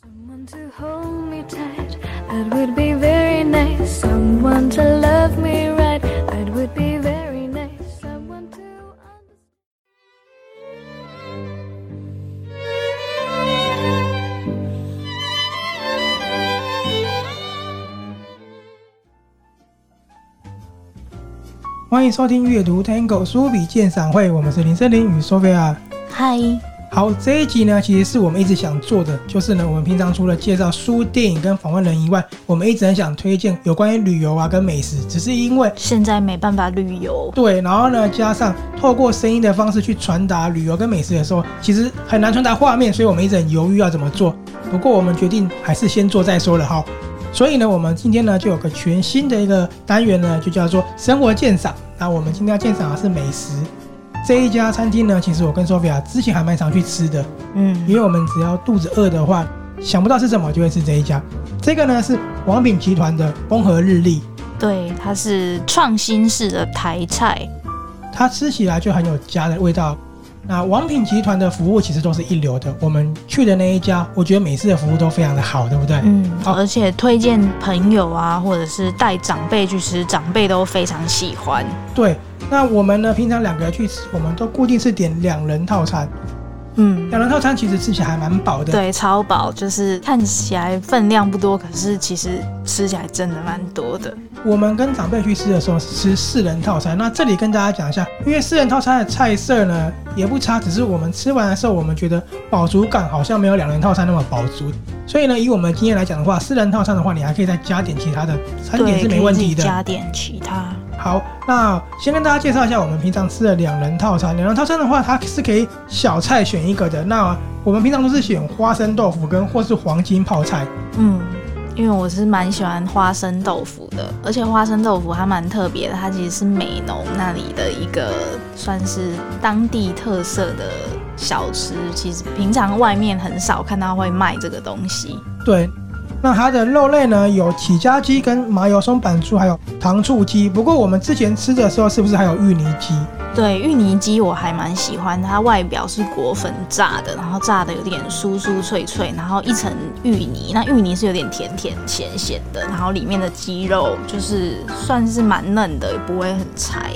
Someone to hold me tight, that would be very nice. Someone to love me right, that would be very nice. Someone to understand. 欢迎收听阅读 Tango 书笔鉴赏会，我们是林森林与 Sophia。嗨，好，这一集呢，其实是我们一直想做的，就是呢，我们平常除了介绍书、电影跟访问人以外，我们一直很想推荐有关于旅游啊跟美食，只是因为现在没办法旅游，对，然后呢，加上透过声音的方式去传达旅游跟美食的时候，其实很难传达画面，所以我们一直很犹豫要怎么做。不过我们决定还是先做再说了哈。所以呢，我们今天呢就有个全新的一个单元呢，就叫做生活鉴赏。那我们今天要鉴赏的是美食。这一家餐厅呢，其实我跟 Sophia 之前还蛮常去吃的，因嗯，为我们只要肚子饿的话，想不到是什么就会吃这一家。这个呢是王品集团的风和日丽，对，它是创新式的台菜，它吃起来就很有家的味道。那王品集团的服务其实都是一流的，我们去的那一家，我觉得每次的服务都非常的好，对不对？嗯，好而且推荐朋友啊，或者是带长辈去吃，长辈都非常喜欢。对。那我们呢，平常两个人去吃，我们都固定是点两人套餐。嗯，两人套餐其实吃起来还蛮饱的，对，超饱，就是看起来分量不多，可是其实吃起来真的蛮多的。我们跟长辈去吃的时候是吃四人套餐，那这里跟大家讲一下，因为四人套餐的菜色呢也不差，只是我们吃完的时候，我们觉得饱足感好像没有两人套餐那么饱足，所以呢，以我们经验来讲的话，四人套餐的话，你还可以再加点其他的餐点对，啊是可没以问自己题的。加点其他。好，那先跟大家介绍一下我们平常吃的两人套餐。两人套餐的话，它是可以小菜选一个的。那我们平常都是选花生豆腐跟或是黄金泡菜。嗯，因为我是蛮喜欢花生豆腐的，而且花生豆腐它蛮特别的，它其实是美浓那里的一个算是当地特色的小吃，其实平常外面很少看到会卖这个东西。对，那它的肉类呢有起家鸡跟麻油松板猪，还有糖醋鸡。不过我们之前吃的时候，是不是还有芋泥鸡？对，芋泥鸡我还蛮喜欢，它外表是裹粉炸的，然后炸的有点酥酥脆脆，然后一层芋泥，那芋泥是有点甜甜咸咸的，然后里面的鸡肉就是算是蛮嫩的，也不会很柴。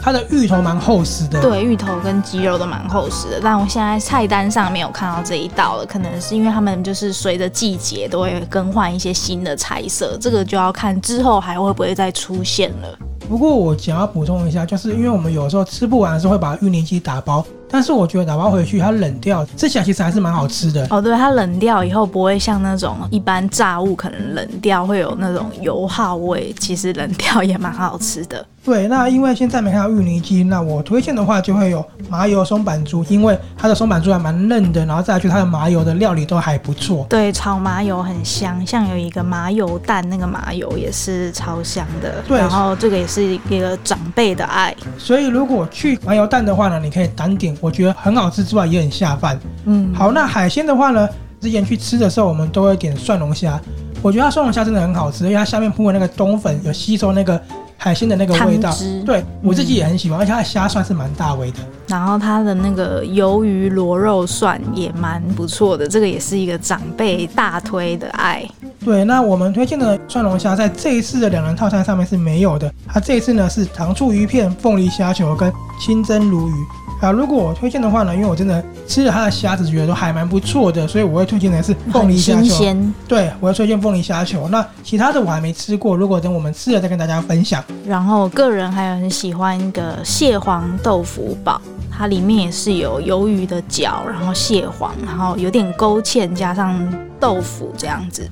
它的芋头蛮厚实的。对，芋头跟鸡肉都蛮厚实的，但我现在菜单上没有看到这一道了，可能是因为他们就是随着季节都会更换一些新的菜色，这个就要看之后还会不会再出现了。不过我想要补充一下，就是因为我们有时候吃不完的时候会把芋泥鸡打包，但是我觉得打包回去它冷掉，吃起来其实还是蛮好吃的。哦，对，它冷掉以后不会像那种一般炸物，可能冷掉会有那种油耗味，其实冷掉也蛮好吃的。对，那因为现在没看到芋泥鸡，那我推荐的话就会有麻油松板猪，因为它的松板猪还蛮嫩的，然后再来去它的麻油的料理都还不错。对，炒麻油很香，像有一个麻油蛋，那个麻油也是超香的。对然后这个也是一个长辈的爱。所以如果去麻油蛋的话呢，你可以单点，我觉得很好吃之外也很下饭。嗯，好，那海鲜的话呢，之前去吃的时候我们都会点蒜龙虾，我觉得它蒜龙虾真的很好吃，因为它下面铺的那个冬粉有吸收那个海鲜的那个汤味道汁。对我自己也很喜欢，而且它的虾算是蛮大尾的。然后它的那个鱿鱼螺肉蒜也蛮不错的，这个也是一个长辈大推的爱。对，那我们推荐的蒜龙虾在这一次的两人套餐上面是没有的，它这一次呢是糖醋鱼片、凤梨虾球跟清蒸鲈鱼。啊，如果我推荐的话呢，因为我真的吃了它的虾子，觉得都还蛮不错的，所以我会推荐的是凤很梨虾新球。鲜，对，我会推荐凤梨虾球。那其他的我还没吃过，如果等我们吃了再跟大家分享。然后我个人还有很喜欢一个蟹黄豆腐煲，它里面也是有鱿鱼的脚，然后蟹黄，然后有点勾芡，加上豆腐这样子。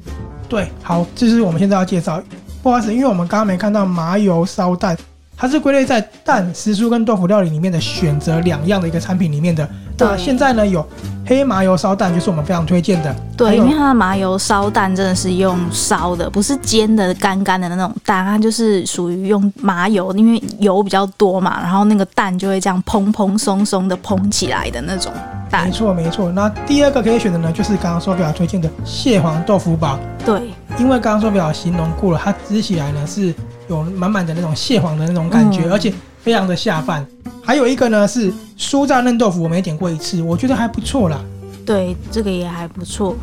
对，好，这是我们现在要介绍。不好意思，因为我们刚刚没看到麻油烧蛋，它是归类在蛋、时蔬跟豆腐料理里面的选择两样的一个产品里面的。那对现在呢，有黑麻油烧蛋，就是我们非常推荐的。还对，有因为它的麻油烧蛋真的是用烧的，不是煎的干干的那种蛋，它就是属于用麻油，因为油比较多嘛，然后那个蛋就会这样蓬蓬松松的蓬起来的那种没蛋。错没错。那第二个可以选的呢，就是刚刚手表推荐的蟹黄豆腐煲，对，因为刚刚手表形容过了，它吃起来呢是有满满的那种蟹黄的那种感觉，嗯而且非常的下饭。还有一个呢是酥炸嫩豆腐，我们也点过一次，我觉得还不错啦。对，这个也还不错。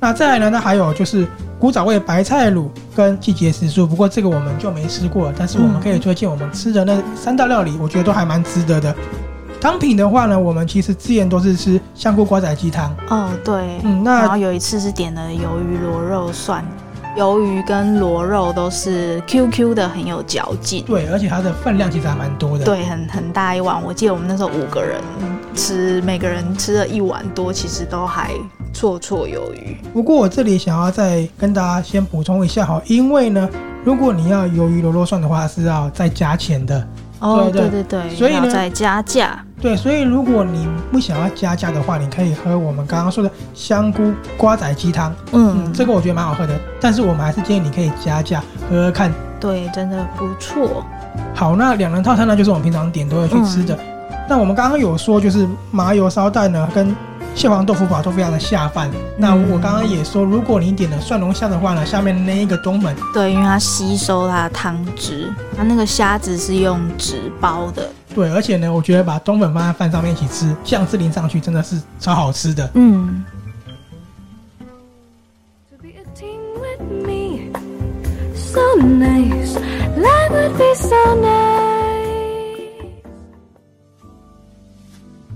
那再来呢，它还有就是古早味白菜卤跟季节时蔬，不过这个我们就没吃过了，但是我们可嗯以推荐我们吃的那三道料理，我觉得都还蛮值得的。汤品的话呢，我们其实之前都是吃香菇瓜仔鸡汤，哦，对，嗯，然那后有一次是点了鱿鱼螺肉蒜，鱿鱼跟螺肉都是 QQ 的，很有嚼劲。对，而且它的分量其实还蛮多的，对，很很大一碗。我记得我们那时候五个人吃，每个人吃了一碗多，其实都还绰绰有余。不过我这里想要再跟大家先补充一下哈，因为呢，如果你要鱿鱼螺肉蒜的话是要再加钱的，哦，对对对对对，所以呢要再加价。对，所以如果你不想要加价的话，你可以喝我们刚刚说的香菇瓜仔鸡汤，嗯，嗯，这个我觉得蛮好喝的，但是我们还是建议你可以加价喝喝看。对，真的不错。好，那两人套餐呢，就是我们平常点都会去吃的。那我们刚刚有说，就是麻油烧蛋呢跟蟹黄豆腐煲都非常的下饭。那我刚刚也说，如果你点了蒜蓉虾的话呢，下面那一个东门对，因为它吸收它的汤汁，它那个虾子是用纸包的。对，而且呢，我觉得把冬粉放在饭上面一起吃，酱汁淋上去，真的是超好吃的。嗯， To be a team with me, so nice. Life would be so nice.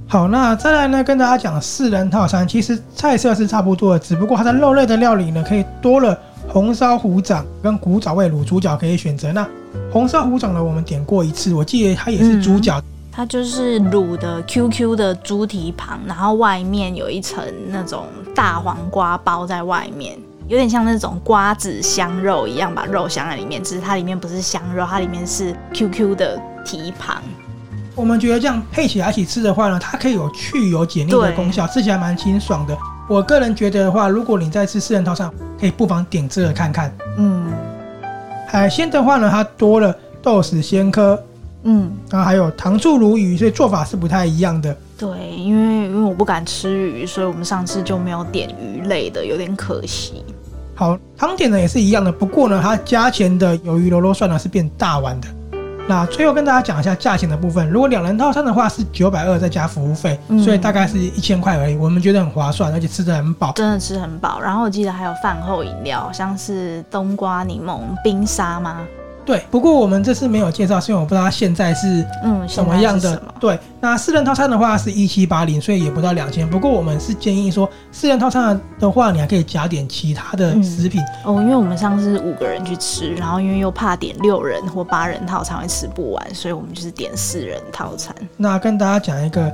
好，那再来呢，跟大家讲四人套餐，其实菜色是差不多的，只不过它的肉类的料理呢，可以多了红烧虎掌跟古早味卤猪脚可以选择。那红烧虎掌呢，我们点过一次，我记得它也是猪脚，它就是卤的 QQ 的猪蹄膀，然后外面有一层那种大黄瓜包在外面，有点像那种瓜子香肉一样，把肉镶在里面。只是它里面不是香肉，它里面是 QQ 的蹄膀。我们觉得这样配起来一起吃的话呢，它可以有去油解腻的对功效，吃起来蛮清爽的。我个人觉得的话，如果你在吃四人套餐，可以不妨点这个看看。嗯海鲜的话呢，它多了豆豉鲜科，嗯，然后还有糖醋鲈鱼，所以做法是不太一样的。对，因为因为我不敢吃鱼，所以我们上次就没有点鱼类的，有点可惜。好，汤点呢也是一样的，不过呢，它加钱的鱿鱼螺肉蒜呢是变大碗的。那最后跟大家讲一下价钱的部分，如果两人套餐的话是九百二再加服务费，嗯所以大概是一千块而已，我们觉得很划算，而且吃的很饱。真的吃很饱，然后我记得还有饭后饮料，像是冬瓜、柠檬、冰沙吗？对，不过我们这次没有介绍，是因为我不知道它现在是嗯，什么样现在的是什么对，那四人套餐的话是一七八零，所以也不到两千。不过我们是建议说，四人套餐的话，你还可以加点其他的嗯食品。哦，因为我们上次是五个人去吃，然后因为又怕点六人或八人套餐会吃不完，所以我们就是点四人套餐。那跟大家讲一个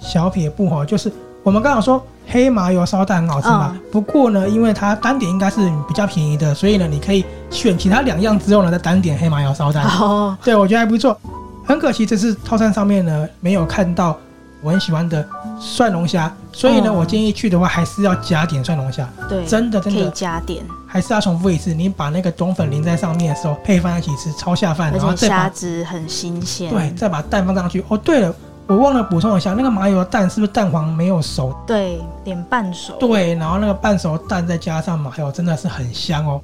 小撇步哈，就是我们刚好说黑麻油烧蛋很好吃嘛，嗯不过呢，因为它单点应该是比较便宜的，所以呢，你可以选其他两样之后呢，再单点黑麻油烧蛋。哦，对，我觉得还不错。很可惜，这次套餐上面呢没有看到我很喜欢的蒜龙虾，所以呢，嗯我建议去的话还是要加点蒜龙虾，对，真的可真以的加点，还是要重复一次。你把那个冬粉淋在上面的时候，配饭一起吃，超下饭，而然后且再虾把子很新鲜。对再把蛋放上去。哦，对了，我忘了补充一下，那个麻油的蛋是不是蛋黄没有熟？对，点半熟。对，然后那个半熟蛋再加上麻油，真的是很香哦。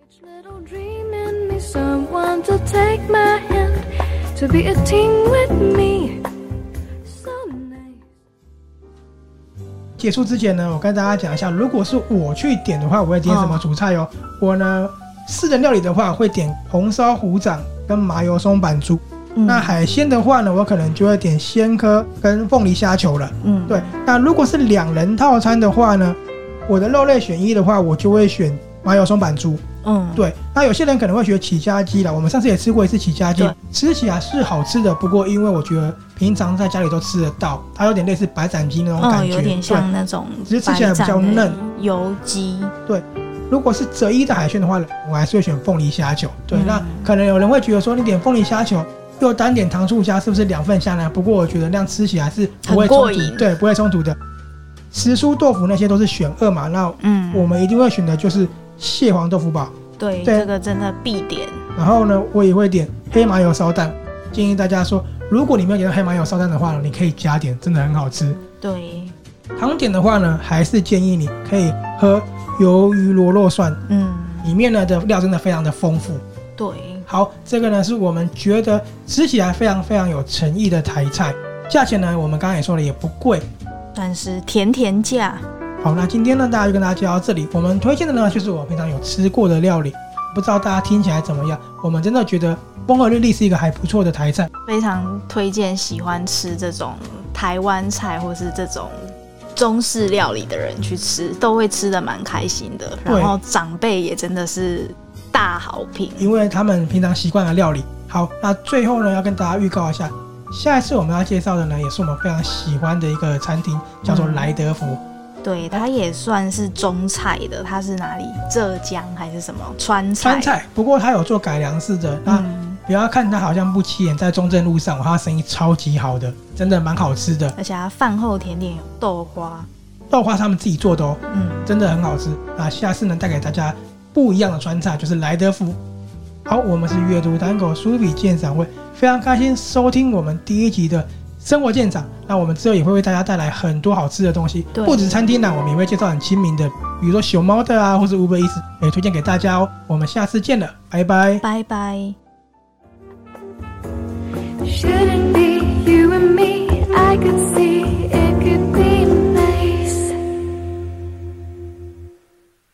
Each little dream in me, someone to take my hand, to be a team with me. So nice. 结束之前呢，我跟大家讲一下，如果是我去点的话，我会点什么主菜哦。我呢，四人料理的话，会点红烧虎掌跟麻油松板猪。嗯那海鲜的话呢，我可能就会点鲜科跟凤梨虾球了。嗯，对，那如果是两人套餐的话呢，我的肉类选一的话，我就会选麻油松板猪。嗯，对，那有些人可能会学起家鸡啦，我们上次也吃过一次起家鸡对，吃起来是好吃的，不过因为我觉得平常在家里都吃得到，它有点类似白斩鸡那种感嗯，觉，有点对。像那种只是吃起来比较嫩白斩的油鸡。如果是择一的海鲜的话，我还是会选凤梨虾球。对，嗯那可能有人会觉得说，你点凤梨虾球又单点糖醋虾，是不是两份虾呢？不过我觉得那样吃起来是不会很过冲突，瘾对，不会冲突的。时蔬豆腐那些都是选二嘛，那我嗯，们一定会选的就是蟹黄豆腐煲。对，对这个真的必点。然后呢，我也会点黑麻油烧蛋。建议大家说，如果你没有点到黑麻油烧蛋的话呢，你可以加点，真的很好吃。对，糖点的话呢，还是建议你可以喝鱿鱼螺肉蒜，嗯，里面呢的料真的非常的丰富。对，好，这个呢是我们觉得吃起来非常非常有诚意的台菜，价钱呢我们刚刚也说了也不贵，算是甜甜价。好，那今天呢，大家就跟大家介绍到这里。我们推荐的呢，就是我平常有吃过的料理，不知道大家听起来怎么样？我们真的觉得风和日丽是一个还不错的台菜。非常推荐喜欢吃这种台湾菜或是这种中式料理的人去吃，都会吃的蛮开心的。对然后长辈也真的是大好评。因为他们平常习惯的料理。好，那最后呢，要跟大家预告一下，下一次我们要介绍的呢，也是我们非常喜欢的一个餐厅，叫嗯做莱德福。对，它也算是中菜的，它是哪里？浙江还是什么川菜？川菜，啊不过它有做改良式的。那嗯，不要看它好像不起眼，在中正路上，哇它生意超级好的，真的蛮好吃的。而且它饭后甜点有豆花，豆花是他们自己做的哦，嗯，真的很好吃。那下次呢，带给大家不一样的川菜，就是莱德福。好，我们是阅读单口书笔鉴赏会，非常开心收听我们第一集的生活鉴赏。那我们之后也会为大家带来很多好吃的东西，对不止餐厅呢，我们也会介绍很亲民的，比如说熊猫的啊，或是 Uber Eats，也推荐给大家哦。我们下次见了，拜拜。拜拜。